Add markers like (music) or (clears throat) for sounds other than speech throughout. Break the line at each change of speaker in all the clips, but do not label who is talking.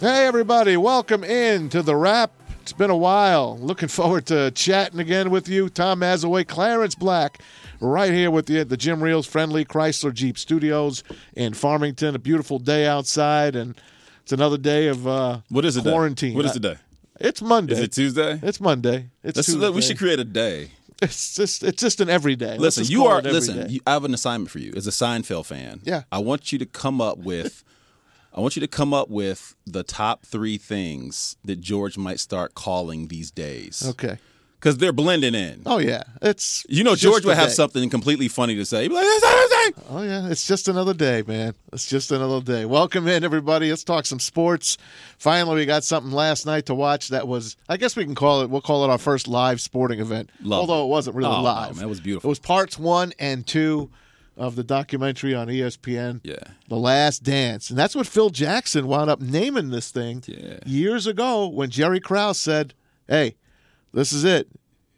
Hey, everybody, welcome in to the wrap. It's been a while. Looking forward to chatting again with you. Tom Mazaway, Clarence Black, right here with you at the Jim Reels Friendly Chrysler Jeep Studios in Farmington. A beautiful day outside, and it's another day of uh,
What is it?
quarantine.
What is the day?
It's Monday.
Is it Tuesday?
It's Monday. It's
Let's-
Tuesday.
we should create a day.
It's just it's just an everyday. Let's
Listen,
just
you
call
are
it every
listen.
day.
You, I have an assignment for you as a Seinfeld fan.
Yeah.
I want you to come up with. I want you to come up with the top three things that George might start calling these days
okay.
because they're blending in.
Oh yeah, it's
You know,
just
George
the
would have
day.
something completely funny to say. He'd be like, "That's not what I'm saying."
Oh yeah, it's just another day, man. It's just another day. Welcome in everybody. Let's talk some sports. Finally, we got something last night to watch that was I guess we can call it we'll call it our first live sporting event.
Love
although
it.
it wasn't really
Oh, no,
live.
man, that was beautiful.
It was parts 1 and 2 of the documentary on E ESPN.
Yeah.
The Last Dance. And that's what Phil Jackson wound up naming this thing
Yeah.
years ago when Jerry Krause said, Hey, this is it.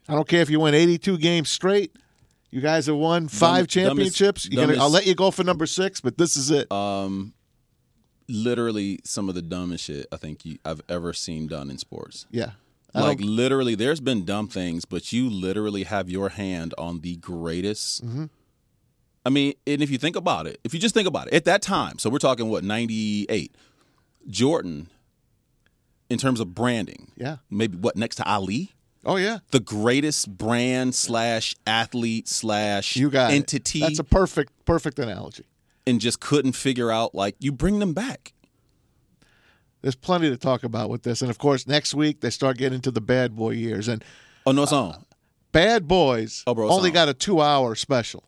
I don't care if you win 82 games straight. You guys have won five
dumbest-
championships. You're gonna, I'll
dumbest- Uh,
let you go for number six, but this is it.
Literally, some of the dumbest shit I think you, I've ever seen done in sports.
yeah. I
Like
don't-
literally, there's been dumb things, but you literally have your hand on the greatest.
Mm-hmm.
I mean, and if you think about it, if you just think about it, at that time, so we're talking what '98, Jordan, in terms of branding,
yeah.
maybe what next to Ali,
Oh, yeah.
the greatest brand slash athlete slash
You got it.
entity,
That's a perfect, perfect analogy.
and just couldn't figure out like you bring them back.
There's plenty to talk about with this. And of course, next week they start getting into the bad boy years. And
Oh no, it's
Uh,
on.
Bad Boys
Oh, bro, it's
only
on.
got a two hour special.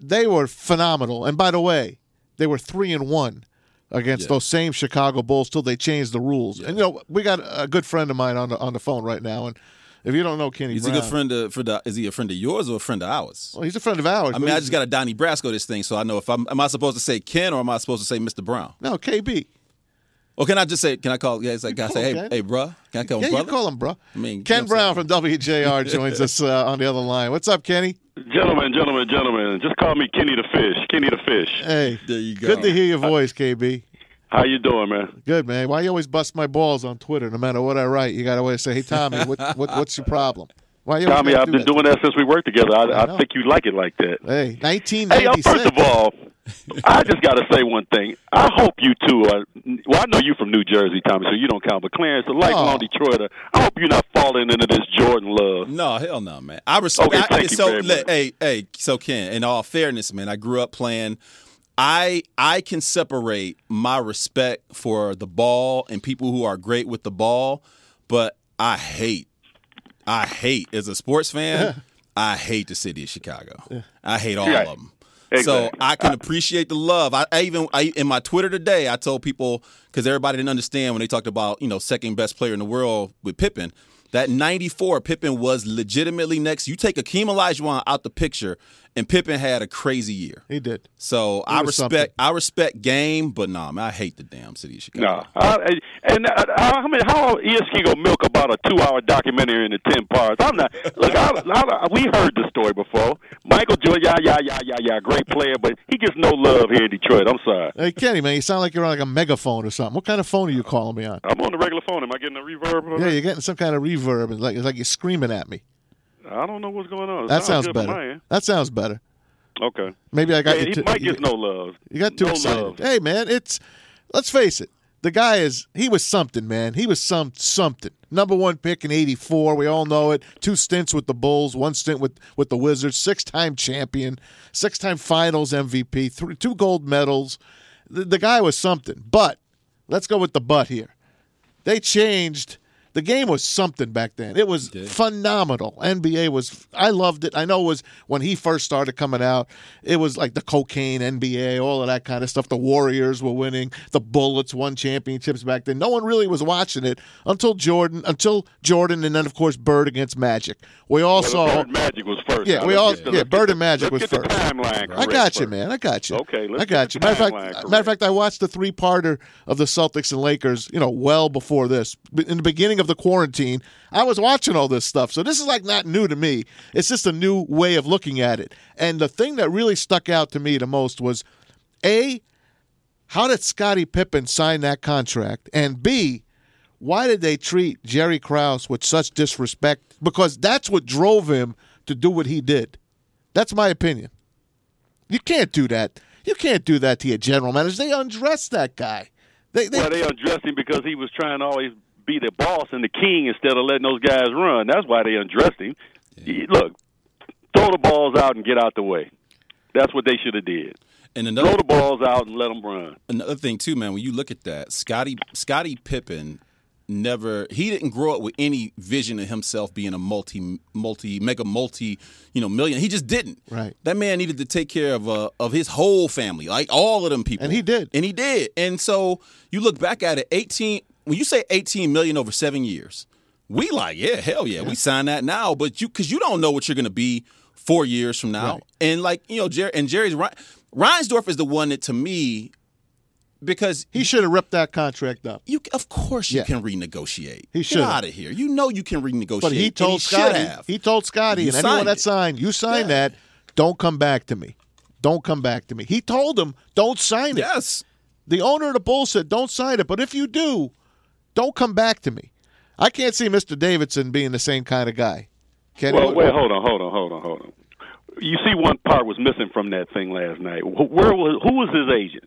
They were phenomenal. And by the way, they were three and one against those same Chicago Bulls till they changed the rules. And you know, we got a good friend of mine on the on the phone right now. And if you don't know Kenny
He's a
Brown,
good friend of, for the, is he a friend of yours or a friend of ours?
Well, he's a friend of ours.
I
but
mean, I
he's-
just got a Donnie Brasco this thing, so I know if I'm am I supposed to say Ken or am I supposed to say Mr. Brown?
no KB.
Or can I just say can I call? Yeah, it's like I say,
call
hey,
him Ken.
hey, bruh, can I call
Yeah,
him Oh, brother?
you call him, bro.
I mean, you
Ken
know what
Brown
I'm
from WJR joins us uh, on the other line. What's up, Kenny?
Gentlemen, gentlemen, gentlemen, just call me Kenny the Fish. Kenny the Fish.
Hey,
(laughs) There you go.
good to hear your voice, KB.
How you doing, man?
Good man. Why you always bust my balls on Twitter? No matter what I write, you got to always say, "Hey Tommy,
(laughs)
what, what what's your problem?" Why you always
Tommy,
gotta
I've
do
been
that?
doing that since we worked together. I,
know.
I think you like it like that.
Hey,
Hey, uh,
1996.
first of all, I just got to say one thing. I hope you two are. Well, I know you from New Jersey, Tommy, so you don't count. But Clarence, a
Oh.
lifelong Detroiter, uh, I hope you're not falling into this Jordan love.
No, hell no, man. I respect.
Okay,
I-
thank you
so,
very much.
hey, hey, so Ken, in all fairness, man, I grew up playing. I I can separate my respect for the ball and people who are great with the ball, but I hate, I hate as a
(laughs)
sports fan, I hate the city of Chicago. I hate all
Right.
of them. So
Exactly.
I can appreciate the love. I, I even I, in my Twitter today, I told people because everybody didn't understand when they talked about you know second best player in the world with Pippen. That '94 Pippen was legitimately next. You take Akeem Olajuwon out the picture, and Pippen had a crazy year.
he did.
So I
was
respect
something.
I respect game, but nah, man, I hate the damn city of Chicago.
No, I, and uh, I mean, how ESK gonna milk about a two-hour documentary into ten parts? I'm not. Look, I, I, we heard the story before. Michael Jordan, yeah, yeah, yeah, yeah, yeah, great player, but he gets no love here in Detroit. I'm sorry.
Hey Kenny, man, you sound like you're on like a megaphone or something. What kind of phone are you calling me on?
I'm on the regular phone. Am I getting a reverb? on
Yeah,
it?
you're getting some kind of reverb. It's like it's like you're screaming at me.
I don't know what's going on. It
That sounds
good from my
better.
end.
That sounds better.
Okay.
Maybe I got
Yeah,
you.
he,
too-
Mike
you-
gets no love.
You got too
no
excited.
Love.
Hey man, it's let's face it. The guy is he was something, man. He was some something. Number one pick in '84. We all know it. Two stints with the Bulls, one stint with with the Wizards. Six time champion, six time Finals MVP, three, two gold medals. The, the guy was something. But let's go with the but here. They changed. The game was something back then. It was phenomenal. NBA was I loved it. I know it was when he first started coming out. It was like the cocaine NBA, all of that kind of stuff. The Warriors were winning. The Bullets won championships back then. No one really was watching it until Jordan, until Jordan, and then of course Bird against Magic. We all
Well,
saw.
Bird Magic was first.
Yeah,
Now,
we
let's
all
get-
yeah.
let's get
Bird
the-
and Magic was
let's get
first.
the timeline.
I
correct
got you,
first.
man. I got you.
Okay, let's
I got you.
get the
Matter of fact,
timeline
matter of
correct.
fact, I watched the three parter of the Celtics and Lakers. You know, well before this, B- in the beginning of the quarantine, I was watching all this stuff. So this is like not new to me. It's just a new way of looking at it. And the thing that really stuck out to me the most was a how did Scottie Pippen sign that contract? And B, why did they treat Jerry Krause with such disrespect? Because that's what drove him to do what he did. That's my opinion. You can't do that. You can't do that to your general manager. They undressed that guy. They, they,
Well, they undressed him because he was trying to always be the boss and the king instead of letting those guys run. That's why they undressed him. Y- Look, throw the balls out and get out the way. That's what they should have did.
And
Throw
another
the balls out and let them run.
another thing too, man. When you look at that, Scotty Scotty Pippen never he didn't grow up with any vision of himself being a multi multi mega multi you know million. He just didn't.
Right.
That man needed to take care of uh, of his whole family, like all of them people,
And he did.
and he did. And so you look back at it, eighteen. When you say eighteen million over seven years, we like yeah, hell yeah, we sign that now. But you because you don't know what you're gonna be four years from now, and like you know, Jerry and Jerry's Rein- Reinsdorf is the one that to me because
he should have ripped that contract up.
you of course you
Yeah.
can renegotiate.
He
Get
should've.
out of here. You know you can renegotiate.
But he
and
told
should
Scotty.
have.
He told Scotty
You
and anyone
signed
that
it.
signed, you signed
Yeah.
that. Don't come back to me. Don't come back to me. He told him, don't sign it.
yes.
The owner of the Bulls said, don't sign it. But if you do, don't come back to me. I can't see Mr. Davidson being the same kind of guy. Can
Well, wait, hold on, hold on, hold on, hold on. You see, one part was missing from that thing last night. Wh- Where was who was his agent?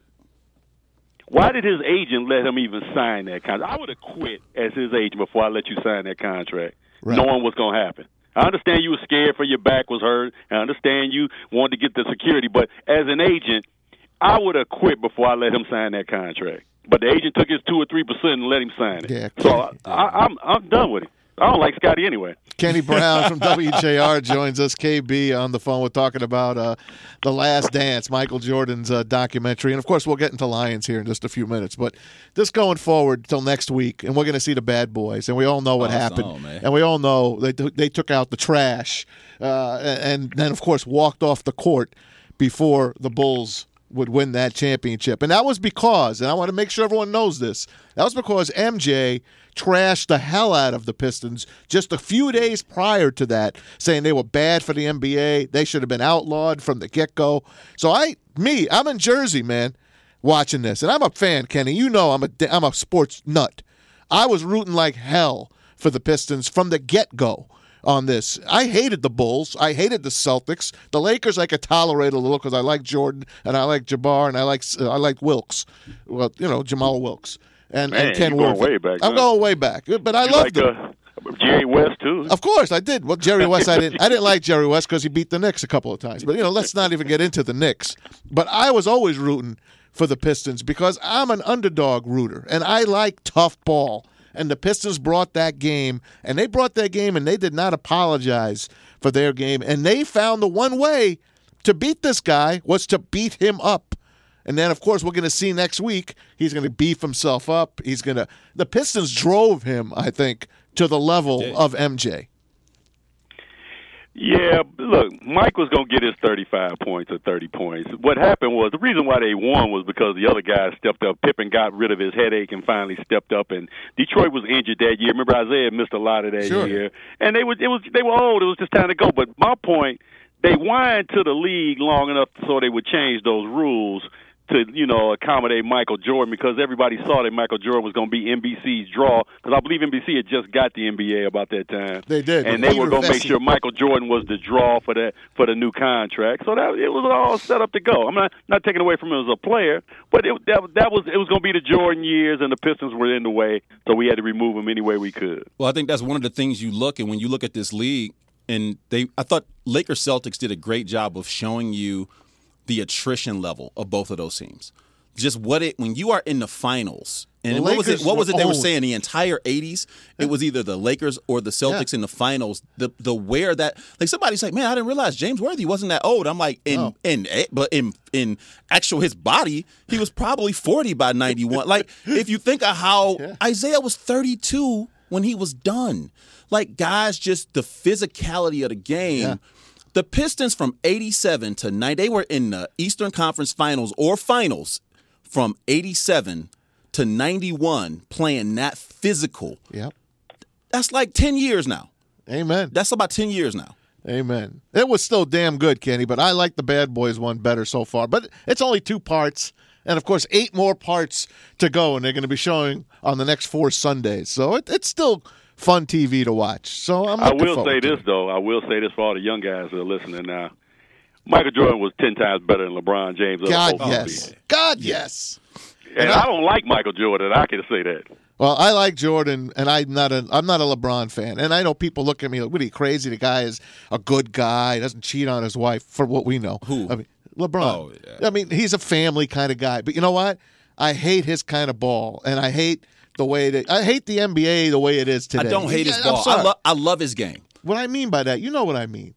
Why did his agent let him even sign that contract? I would have quit as his agent before I let you sign that contract,
Right.
knowing what's going to happen. I understand you were scared for your back was hurt. I understand you wanted to get the security, but as an agent, I would have quit before I let him sign that contract. But the agent took his two or three percent and let him sign it.
Yeah,
so I, I, I'm I'm done with him. I don't like Scotty anyway.
Kenny Brown
(laughs)
from WJR joins us. KB on the phone. We're talking about uh, The Last Dance, Michael Jordan's uh, documentary. And of course, we'll get into Lions here in just a few minutes. But just going forward till next week, and we're going to see the bad boys. And we all know what
Oh, it's
happened.
on, man.
and we all know they, took- they took out the trash uh, and then, of course, walked off the court before the Bulls would win that championship. And that was because, and I want to make sure everyone knows this, that was because MJ trashed the hell out of the Pistons just a few days prior to that, saying they were bad for the NBA. They should have been outlawed from the get go. So I, me, I'm in Jersey, man, watching this. And I'm a fan, Kenny. You know I'm a, I'm a sports nut. I was rooting like hell for the Pistons from the get go on this. I hated the Bulls. I hated the Celtics. The Lakers I could tolerate a little because I like Jordan and I like Jabbar and I like uh, I like Wilkes. Well, you know Jamal Wilkes and,
Man,
and Ken
you're going
Worthing.
way back,
I'm
huh?
going way back, but I
You
loved
like
them.
uh, Jerry West too.
Of course, I did. Well, Jerry West, I didn't. I didn't like Jerry West because he beat the Knicks a couple of times. But you know, let's not even get into the Knicks. But I was always rooting for the Pistons because I'm an underdog rooter and I like tough ball. And the Pistons brought that game, and they brought that game, and they did not apologize for their game. And they found the one way to beat this guy was to beat him up. And then, of course, we're going to see next week. He's going to beef himself up. He's going to. The Pistons drove him, I think, to the level of MJ.
Yeah, look, Mike was going to get his 35 points or 30 points. What happened was the reason why they won was because the other guy stepped up. Pippen got rid of his headache and finally stepped up. And Detroit was injured that year. Remember, Isaiah missed a lot of that
Sure.
year. And they was it was they were old. It was just time to go. But my point, they whined to the league long enough so they would change those rules to you know accommodate Michael Jordan because everybody saw that Michael Jordan was going to be NBC's draw because I believe NBC had just got the NBA about that time.
They did.
and
They
they were going to make
invested.
sure Michael Jordan was the draw for that for the new contract. So that it was all set up to go. I'm not not taking away from him as a player, but it, that that was it was going to be the Jordan years, and the Pistons were in the way, so we had to remove him any way we could.
Well, I think that's one of the things you look and when you look at this league, and they, I thought Lakers Celtics did a great job of showing you the attrition level of both of those teams. Just what it when you are in the finals, and
The
what was it?
Lakers
What was it
were
they were
owned.
saying? The entire '80s, it was either the Lakers or the Celtics in the finals. The the where that like somebody's like, man, I didn't realize James Worthy wasn't that old. I'm like, in in eh, but in in actual his body, he was probably 40 by 91. like if you think of how Isaiah was 32 when he was done. Like guys, just the physicality of the game. The Pistons from 87 to 9, they were in the Eastern Conference Finals or Finals from 87 to 91 playing that physical.
Yep.
That's like 10 years now.
Amen.
That's about 10 years now.
Amen. It was still damn good, Kenny, but I like the Bad Boys one better so far. But it's only two parts, and of course eight more parts to go, and they're going to be showing on the next four Sundays. So it, it's still fun TV to watch. So I'm.
I
looking
will
forward
say
to
this
it.
though. I will say this for all the young guys that are listening now. Michael Jordan was ten times better than LeBron James. over
God
both of
yes,
these.
God yes.
And I don't like Michael Jordan. I can say that.
Well, I like Jordan, and I'm not a I'm not a LeBron fan, and I know people look at me like, "What are you crazy? The guy is a good guy. Doesn't cheat on his wife, for what we know." Who? I mean, LeBron.
Oh, yeah.
I mean, he's a family kind of guy, but you know what? I hate his kind of ball, and I hate the way that I hate the NBA the way it is
I
today.
don't hate his
Yeah, I'm
ball. I,
sorry.
lo- I love his game.
what I mean by that, you know what I mean.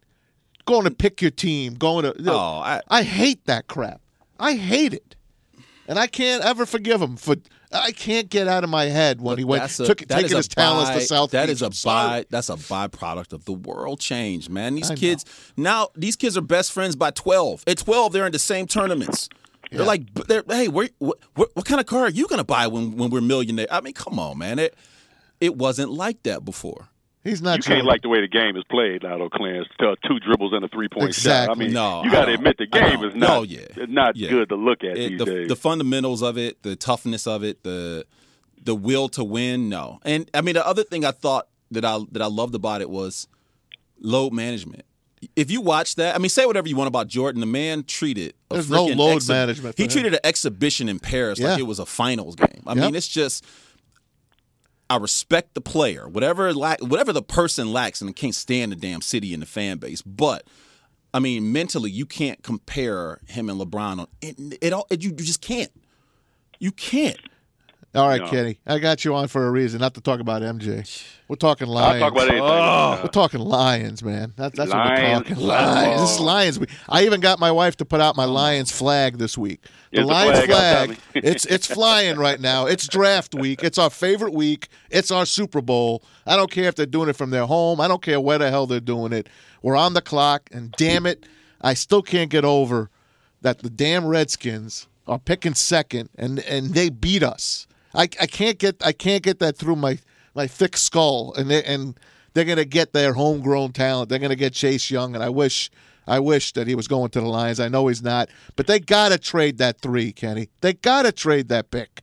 Going to pick your team, going to.
Oh, I-
hate that crap. I hate it, and I can't ever forgive him for. I can't get out of my head when he went
That's a-
took
that is
taking
a
his talents
by-
to South.
That
Beach.
is a
I'm sorry.
by. That's a byproduct of the world change, man. These
I
kids now. These kids are best friends by twelve. At twelve, they're in the same tournaments. They're like, b- they're, hey, where, what, what, what kind of car are you gonna buy when when we're millionaire? I mean, come on, man. It it wasn't like that before.
He's not.
You can't
Jordan.
like the way the game is played now, though, Clarence. T- Two dribbles and a three point shot. I
Exactly.
mean,
No,
you got
I
to admit the
don't. I
game
don't.
is not
No, yeah.
it's not
Yeah.
good to look
It-
at these
the,
days.
the fundamentals of it, the toughness of it, the the will to win. No, and I mean the other thing I thought that I that I loved about it was load management. If you watch that, I mean, say whatever you want about Jordan. The man treated a
There's no
freaking
load management for
He
him.
treated an exhibition in Paris
Yeah.
like it was a finals game. I
Yep.
mean, it's just. I respect the player, whatever la- whatever the person lacks, and I can't stand the damn city and the fan base. But I mean, mentally, you can't compare him and LeBron on it. it all it, you, you just can't. You can't.
All right,
No.
Kenny. I got you on for a reason, not to talk about MJ. We're talking
I'll
lions.
talk about anything.
We're talking lions, man. That, that's
Lions.
what we're talking. Lions. This is lions. week. I even got my wife to put out my lions flag this week. The
Is the
lions
flag out,
flag.
Tommy?
it's it's flying right now. It's draft week. It's our favorite week. It's our Super Bowl. I don't care if they're doing it from their home. I don't care where the hell they're doing it. We're on the clock, and damn it, I still can't get over that the damn Redskins are picking second, and and they beat us. I, I can't get I can't get that through my my thick skull, and they, and they're gonna get their homegrown talent. They're gonna get Chase Young, and I wish I wish that he was going to the Lions. I know he's not, but they gotta trade that three, Kenny. They gotta trade that pick.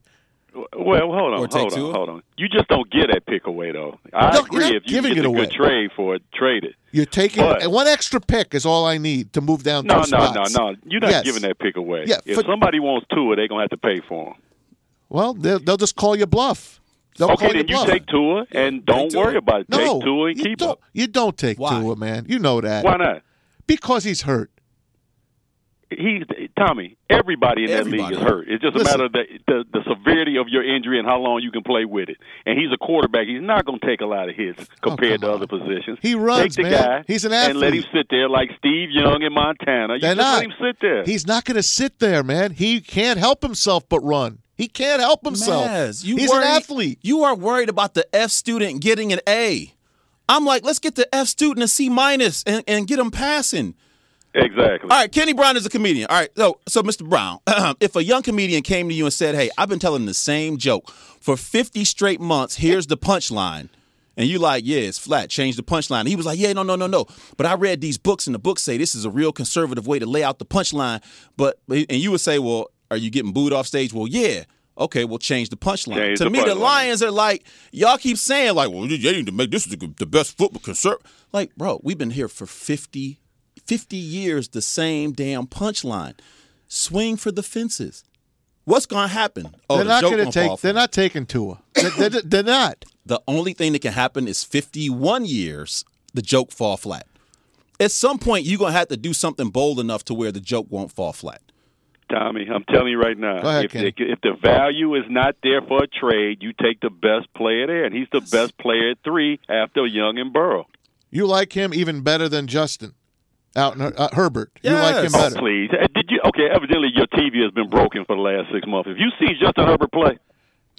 Well, hold
Or
on,
take
hold
Tua?
on, hold on. You just don't give that pick away, though. I
No, you're
agree.
not
If you
giving
get
it
a
away.
good trade for it, trade it.
You're taking
But-
and one extra pick is all I need to move down.
No,
two
no, no,
spots.
no. You're not
Yes.
giving that pick away.
Yeah,
if
for-
somebody wants Tua, they're gonna have to pay for him.
Well, they'll, they'll just call your bluff. They'll
okay,
call your
then you
bluff.
take Tua and don't
Tua.
worry about it.
no,
take Tua and
you
keep him.
don't, You don't take
Why?
Tua, man. You know that
Why not?
because he's hurt.
He, Tommy. Everybody in that
Everybody.
league is hurt. It's just
Listen.
a matter of the, the the severity of your injury and how long you can play with it. And he's a quarterback. He's not going to take a lot of hits compared
Oh, come
to
on.
other positions.
He runs,
Take
man.
the guy.
He's an
And let him
athlete.
sit there like Steve Young in Montana. You
They're
just
not.
let him sit there.
He's not going to sit there, man. He can't help himself but run. He can't help himself.
Maz, you
He's
worry-
an athlete.
You are worried about the F student getting an A. I'm like, let's get the F student a C minus and, and get him passing.
exactly.
All right, Kenny Brown is a comedian. All right, so so Mr. Brown, (clears throat) if a young comedian came to you and said, "Hey, I've been telling the same joke for 50 straight months. Here's the punchline." And you like, "Yeah, it's flat. Change the punchline." And he was like, "Yeah, no, no, no, no. But I read these books and the books say this is a real conservative way to lay out the punchline." But and you would say, "Well, are you getting booed off stage?" Well, yeah. Okay, well, change the punchline.
Change
to
the
me, the
punchline.
Lions are like, y'all keep saying, like, well, they need to make this the, the best football concert. Like, bro, we've been here for 50 50 years the same damn punchline. Swing for the fences. What's gonna happen? Oh,
they're
the
not
joke
going to
gonna
take.
fall
They're
flat.
not taking Tua. They're, they're- they're not.
The only thing that can happen is 51 years. The joke fall flat. At some point, you're gonna have to do something bold enough to where the joke won't fall flat.
Tommy, I'm telling you right now,
Go ahead,
if,
Kenny.
the, if the value is not there for a trade, you take the best player there, and he's the best player at three after Young and Burrow.
You like him even better than Justin, out in, uh, Herbert. You like him
Yes.
better.
Please, Uh, did you? Okay, evidently your TV has been broken for the last six months. If you see Justin Herbert play,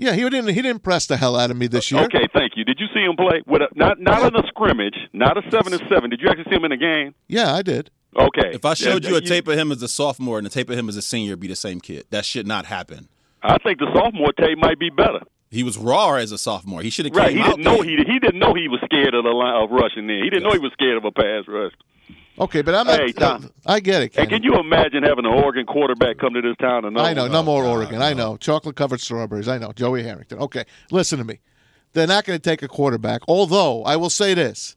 Yeah, he didn't. He didn't press the hell out of me this year.
okay, thank you. Did you see him play with a, not not in a scrimmage, not a seven to seven? Did you actually see him in a game?
Yeah, I did.
Okay.
If I showed
Yeah,
you a tape of him as a sophomore and a tape of him as a senior, it'd be the same kid. That should not happen.
I think the sophomore tape might be better.
He was raw as a sophomore. He should have
Right?
came
He
out.
didn't know
there.
he he didn't know he was scared of the line of rushing in. He didn't know he was scared of a pass rush.
Okay, but I'm not.
Hey, Tom.
I get it. Kenny.
And can you Oh, imagine having an Oregon quarterback come to this town? And
I know, no more Oregon. I know. Chocolate covered strawberries. I know. Joey Harrington. Okay, listen to me. They're not going to take a quarterback. Although, I will say this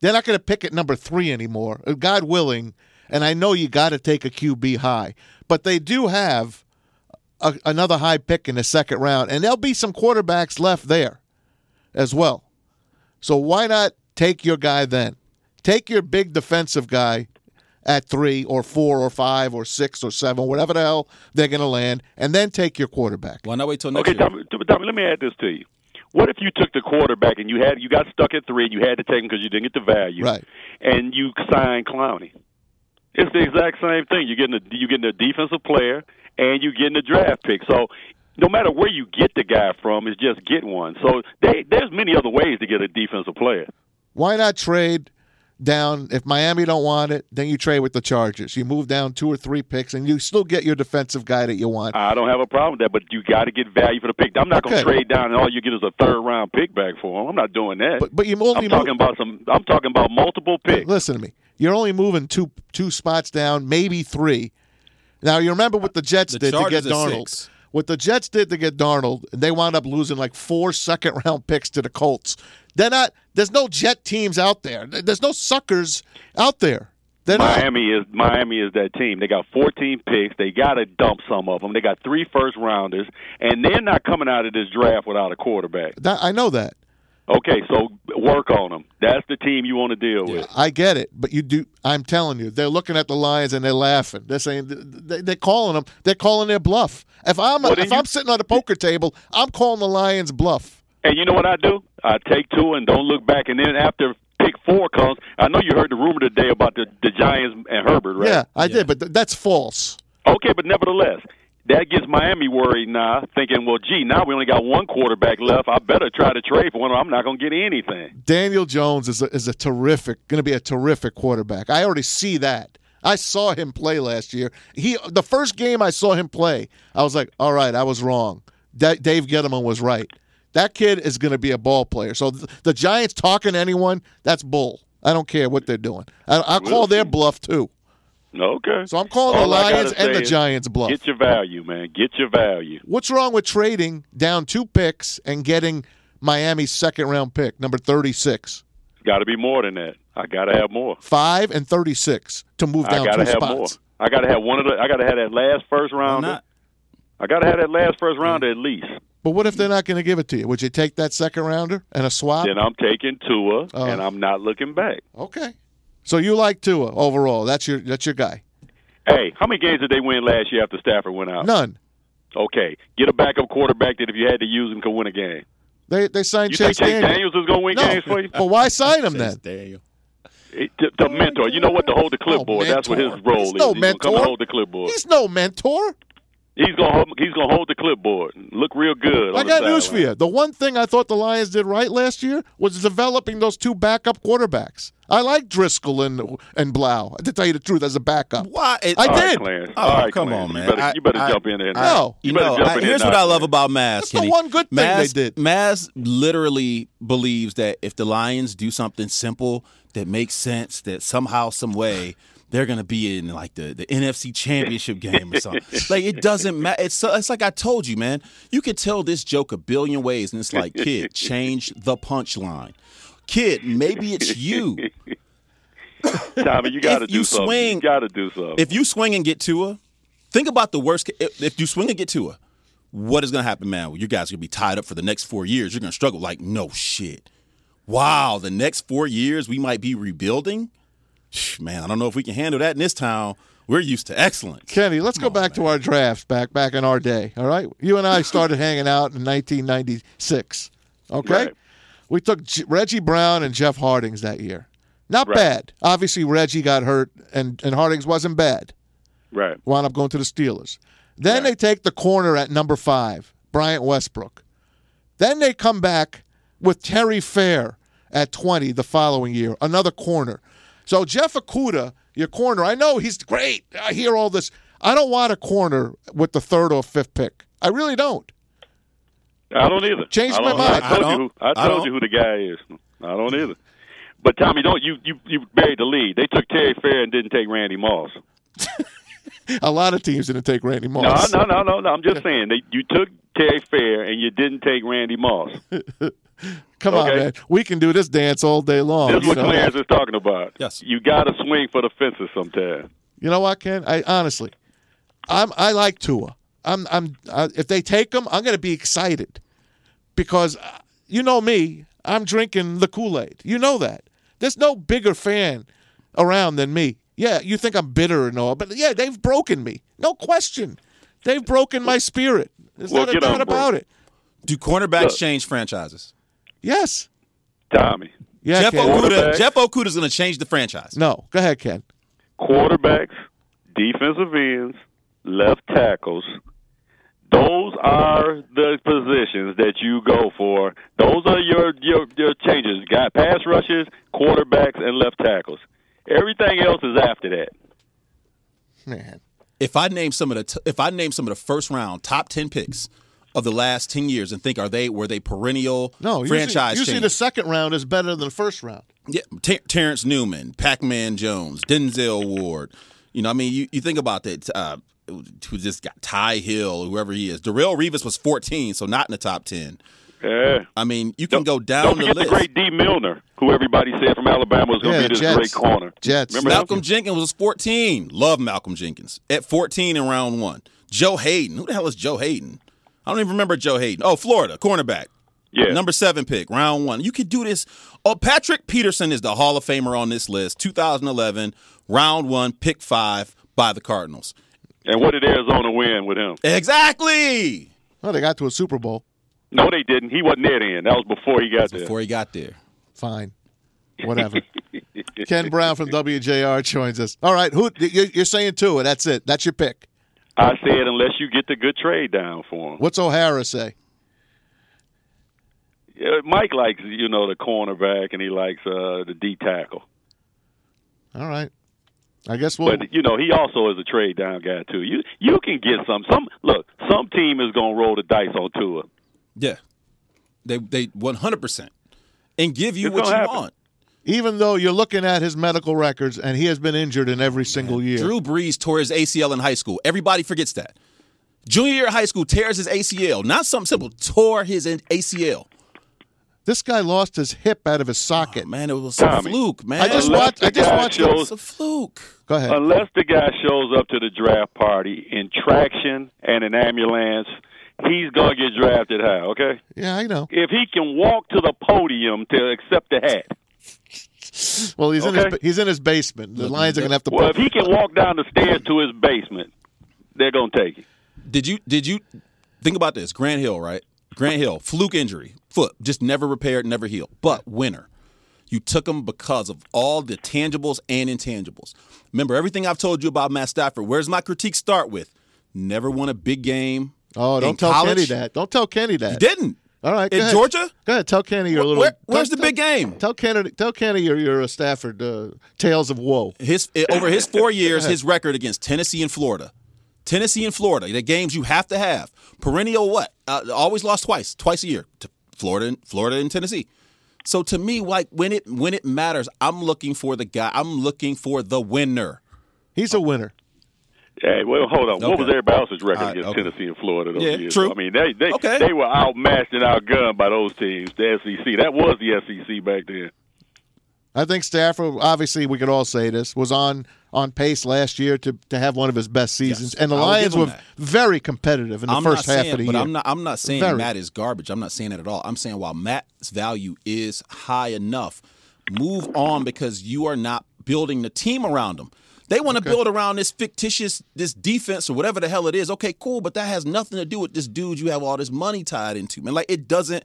they're not going to pick at number three anymore, uh, God willing. And I know you got to take a QB high, but they do have a, another high pick in the second round, and there'll be some quarterbacks left there as well. So why not take your guy then? Take your big defensive guy at three or four or five or six or seven, whatever the hell they're going to land, and then take your quarterback.
Why not wait till next
Okay,
year?
Tommy, Tommy, Tommy, let me add this to you. What if you took the quarterback and you had you got stuck at three and you had to take him because you didn't get the value,
Right.
And you signed Clowney. It's the exact same thing. You're getting a you getting a defensive player and you getting a draft pick. So no matter where you get the guy from, is just get one. So they, there's many other ways to get a defensive player.
Why not trade down if Miami don't want it? Then you trade with the Chargers. You move down two or three picks, and you still get your defensive guy that you want.
I don't have a problem with that, but you got to get value for the pick. I'm not going
Okay.
to trade down and all you get is a third round pick back for him. I'm not doing that.
But but you only
I'm talking about some. I'm talking about multiple picks.
Listen to me. You're only moving two two spots down, maybe three. Now you remember what the Jets
The
did
Chargers
to get
are
Darnold.
six.
What the Jets did to get Darnold, and they wound up losing like four second round picks to the Colts. They're not. There's no Jet teams out there. There's no suckers out there. They're not.
Miami is Miami is that team. They got 14 picks. They got to dump some of them. They got three first rounders, and they're not coming out of this draft without a quarterback.
That- I know that.
Okay, so work on them. That's the team you want to deal with.
I get it, but you do. I'm telling you, they're looking at the Lions and they're laughing. They're saying they- they're calling them. They're calling their bluff. If I'm
Well, then
if
you-
I'm sitting at a poker table, I'm calling the Lions bluff.
And you know what I do? I take two and don't look back. And then after pick four comes, I know you heard the rumor today about the the Giants and Herbert, right?
Yeah, I
Yeah.
did, but th- that's false.
Okay, but nevertheless, that gets Miami worried now, thinking, well, gee, now we only got one quarterback left. I better try to trade for one. Or I'm not going to get anything.
Daniel Jones is a, is a terrific, going to be a terrific quarterback. I already see that. I saw him play last year. He the first game I saw him play, I was like, all right, I was wrong. Da- Dave Gettleman was right. That kid is going to be a ball player. So th- the Giants talking to anyone, that's bull. I don't care what they're doing. I, I'll call their bluff too.
Okay.
So I'm calling the
All I gotta
Lions and
say
the
is
Giants bluff.
Get your value, man. Get your value.
What's wrong with trading down two picks and getting Miami's second round pick, number 36?
Got to be more than that. I got to have more.
five and thirty six to move
I
down
got to
two
have more.
spots.
I got to have one of the. I got to have that last first
Why
rounder.
not?
I got to have that last first rounder at least.
But what if they're not going to give it to you? Would you take that second rounder and a swap?
Then I'm taking Tua,
Oh.
and I'm not looking back.
Okay. So you like Tua overall? That's your that's your guy.
Hey, how many games did they win last year after Stafford went out?
None.
Okay, get a backup quarterback that if you had to use him could win a game.
They they signed
You
Chase
think Chase
Daniel.
Daniels is going to win
No,
games for you?
but why sign him
Chase
then?
Daniel.
It- To, to mentor. You know what? To hold the clipboard.
No
That's what his
Oh, mentor.
role
He's
is.
no
he's gonna come
mentor.
and hold the clipboard.
He's no mentor.
He's gonna hold, he's gonna hold the clipboard. Look real good.
I
on
got
the
news for
sideline.
you. The one thing I thought the Lions did right last year was developing those two backup quarterbacks. I like Driscoll and and Blau. To tell you the truth, as a backup,
Why? It,
I
All right,
did.
Clarence.
Oh,
All right,
come
Clarence.
on, man.
You better,
I-
you better
I-
jump in there.
I-
No.
You
You better
know,
jump
I-
in there
here's
now,
what I love
Chris.
about Maz.
the
Kenny.
one good thing they
Maz-
did.
Maz literally believes that if the Lions do something simple that makes sense, that somehow, some way, they're gonna be in like the, the NFC Championship game or
(laughs)
something. like it doesn't matter. It's so- it's like I told you, man. You could tell this joke a billion ways, and it's like, kid, change the punchline. Kid, maybe it's you.
Tommy, you got to
If
do
you
something.
swing-
you got to do something.
If you swing and get Tua, think about the worst. ca- If, if you swing and get Tua, what is going to happen, man? You guys are going to be tied up for the next four years. You're going to struggle. Like, no shit. Wow, the next four years we might be rebuilding. Phew, Man, I don't know if we can handle that in this town. We're used to excellence.
Kenny, let's go back to our drafts back back in our day. All right, you and I
(laughs)
started hanging out in 1996. Okay,
Right.
we took G- Reggie Brown and Jeff Hardings that year. Not
Right.
bad. Obviously, Reggie got hurt, and and Hardings wasn't bad.
right.
Wound up going to the Steelers. Then they take the corner at number five, Bryant Westbrook. Then they come back with Terry Fair at 20 the following year, another corner. So Jeff Okuda, your corner, I know he's great. I hear all this. I don't want a corner with the third or fifth pick. I really don't.
I don't either.
Changed
I don't-
my mind.
I told,
I
you,
don't.
who, I
I
told
don't.
you who the guy is. I don't either. But Tommy, don't you you you buried the lead. They took Terry Fair and didn't take Randy Moss.
A lot of teams didn't take Randy
Oh,
Moss.
No, no, no, no, no. I'm just saying they, you took Terry Fair and you didn't take Randy Moss.
Oh,
Come on,
Okay.
man. We can do this dance all day long.
That's
you,
what
know?
Clarence is talking about.
Yes.
you got to swing for the fences sometimes.
You know what, Ken? I honestly, I'm I like Tua. I'm I'm I, if they take him, I'm gonna be excited because uh, you know me. I'm drinking the Kool Aid. You know that. There's no bigger fan around than me. Yeah, you think I'm bitter and all, but yeah, they've broken me. No question. They've broken my spirit. There's
Well,
not a
get on
doubt about
board.
it.
Do cornerbacks
Look.
change franchises?
Yes.
Tommy,
Yeah,
Jeff
Ken.
Okuda.
Quarterback.
Jeff Okuda's going to change the franchise.
No, go ahead, Ken.
quarterbacks, defensive ends, left tackles. Those are the positions that you go for. Those are your your, your changes. Got pass rushes, quarterbacks, and left tackles. Everything else is after that.
Man.
If I name some of the t- if I name some of the first round top ten picks of the last ten years and think are they were they perennial
No, usually-
franchise
Usually, the
changes?
second round is better than the first round.
Yeah, Ter- Terrence Newman, Pac-Man Jones, Denzel Ward. You know, I mean, you, you think about that. Uh, who just got Ty Hill, whoever he is. Darrell Revis was 14, so not in the top 10.
Yeah.
I mean, you can go down
Don't
the
forget
list.
the great D. Milner, who everybody said from Alabama was going
Yeah,
to
the
be this
Jets.
great corner.
Jets.
Remember him?
Malcolm Jenkins was 14. Love Malcolm Jenkins at 14 in round one. Joe Hayden. Who the hell is Joe Hayden? I don't even remember Joe Hayden. Oh, Florida, cornerback.
Yeah.
Number seven pick, round one. You could do this. Oh, Patrick Peterson is the Hall of Famer on this list. 2011, round one, pick five by the Cardinals.
And what did Arizona win with him?
Exactly.
Well, Oh, they got to a Super Bowl.
No, they didn't. He wasn't there then. That was before he got there.
Before he got there.
Fine.
(laughs)
Whatever. Ken Brown from WJR joins us. All right, who you- you're saying Tua? That's it. That's your pick.
I said, unless you get the good trade down for him.
What's O'Hara say?
Yeah, Mike likes, you know, the cornerback and he likes uh, the D tackle.
All right, I guess we'll.
But you know, he also is a trade down guy too. You you can get some some look. Some team is going to roll the dice on Tua.
Yeah. They they 100% and give you
It's
what you
gonna happen.
want.
even though you're looking at his medical records and he has been injured in every single year.
Drew Brees tore his ACL in high school. Everybody forgets that. Junior year of high school tears his ACL. Not something simple. Tore his in- ACL.
This guy lost his hip out of his socket.
Man, it was a
Tommy,
fluke, man.
I just
it
Unless
watched- I
the
just
guy
watched
shows-
was a fluke.
Go ahead.
Unless the guy shows up to the draft party in traction and an ambulance, he's going to get drafted high, okay?
yeah, I know.
If he can walk to the podium to accept the hat.
Well, he's in his
Okay.
he's in his basement. The Lions are gonna have to.
Well, if he can walk down the stairs to his basement, they're going to take it.
Did you did you think about this? Grant Hill, right? Grant Hill, fluke injury, foot, just never repaired, never healed. But winner. You took him because of all the tangibles and intangibles. Remember everything I've told you about Matt Stafford. Where's my critique start with? Never won a big game.
oh,
in
don't tell
college.
Kenny that. Don't tell Kenny that.
He didn't.
All right, go
In
ahead.
Georgia?
Go ahead, tell Kenny your little.
Where- where's
tell-
the big game?
Tell Kenny, tell Kenny your your uh, Stafford uh, tales of woe.
his eh, over his four years, his record against Tennessee and Florida, Tennessee and Florida, the games you have to have perennial. What uh, always lost twice, twice a year to Florida, and Florida and Tennessee. So to me, like when it when it matters, I'm looking for the guy. I'm looking for the winner.
He's a winner.
Hey, well, hold on. What
Okay.
was everybody else's record
All right,
against
okay.
Tennessee and Florida those
Yeah,
years?
true.
I mean, they they
Okay.
they were outmatched and outgunned by those teams. The SEC that was the SEC back then.
I think Stafford, obviously, we could all say this, was on on pace last year to, to have one of his best seasons, and the
I will
Lions
give him
were
that.
very competitive in the
I'm
first
not
half
saying,
of the
but
year.
I'm not. I'm not saying
Very.
Matt is garbage. I'm not saying that at all. I'm saying while Matt's value is high enough, move on because you are not building the team around him. They want to build around this fictitious this defense or whatever the hell it is. Okay, cool, but that has nothing to do with this dude you have all this money tied into. Man, like it doesn't.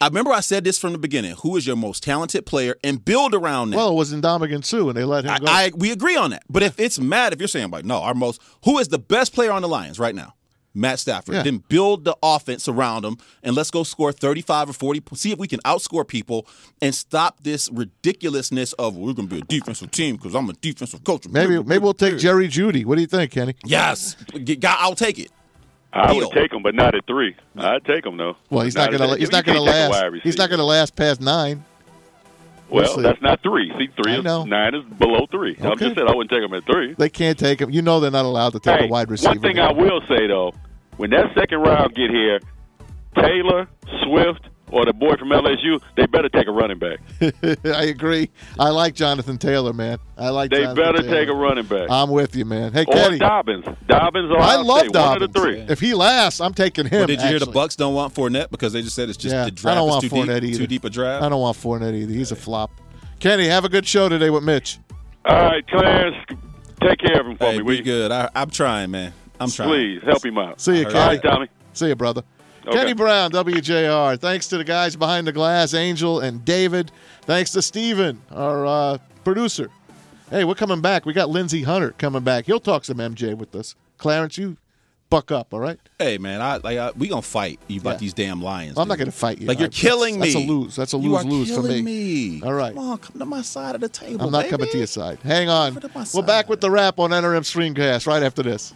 I remember I said this from the beginning. Who is your most talented player and build around that.
well, it was in Dominican Sue, and they let him go.
I, I we agree on that. But if it's Matt, if you're saying like, no, our most who is the best player on the Lions right now? Matt Stafford.
Yeah.
Then build the offense around him and let's go score 35 or 40. See if we can outscore people and stop this ridiculousness of we're going to be a defensive team because I'm a defensive coach.
maybe maybe we'll take Jerry Judy. What do you think, Kenny?
Yes. G- guy, I'll take it.
I
Deal.
would take them, but not at three. I'd take them though.
Well, he's not
at
gonna
that-
he's
you
not gonna
can't take a
last
wide
he's not
receiver.
gonna last past nine.
Well,
see.
that's not three. See, three
I
is
know.
nine is below three. I'm
Okay.
just saying I wouldn't take him at three.
They can't take him. You know they're not allowed to take
Hey,
a wide receiver.
One thing
there.
I will say though, when that second round get here, Taylor Swift or the boy from LSU, they better take a running back.
(laughs) I agree. I like Jonathan Taylor, man. I like.
They
Jonathan
better
Taylor.
take a running back.
I'm with you, man. Hey,
or
Kenny,
Dobbins. Dobbins or
I love
State. One
Dobbins.
of the three.
If he lasts, I'm taking him.
But did you hear the
actually.
Bucks don't want Fournette because they just said it's just
Yeah,
the
I
draft
don't want
is too
Fournette
deep,
either.
too deep a draft.
I don't want Fournette either. He's a flop. Kenny, have a good show today with Mitch.
All right, Clarence, take care of him for
hey,
me,
be
will you?
good. I, I'm trying, man. I'm trying.
Please help him out.
See you,
All
Kenny.
All right, Tommy.
See you, brother.
Okay.
Kenny Brown, WJR. Thanks to the guys behind the glass, Angel and David. Thanks to Steven, our uh, producer. Hey, we're coming back. We got Lindsey Hunter coming back. He'll talk some MJ with us. Clarence, you buck up, all right?
Hey, man. I, like, I, we gonna fight you about
Yeah.
these damn lions.
Well, I'm not
dude.
going to fight you.
Like you're
I- that's-
killing me.
That's a lose. That's a
You are
lose lose for me.
killing me.
All right.
Come on, come to my side of the table.
I'm not
baby.
coming to your side. Hang on.
Over to my
We're back
side.
with the wrap on NRM Screencast right after this.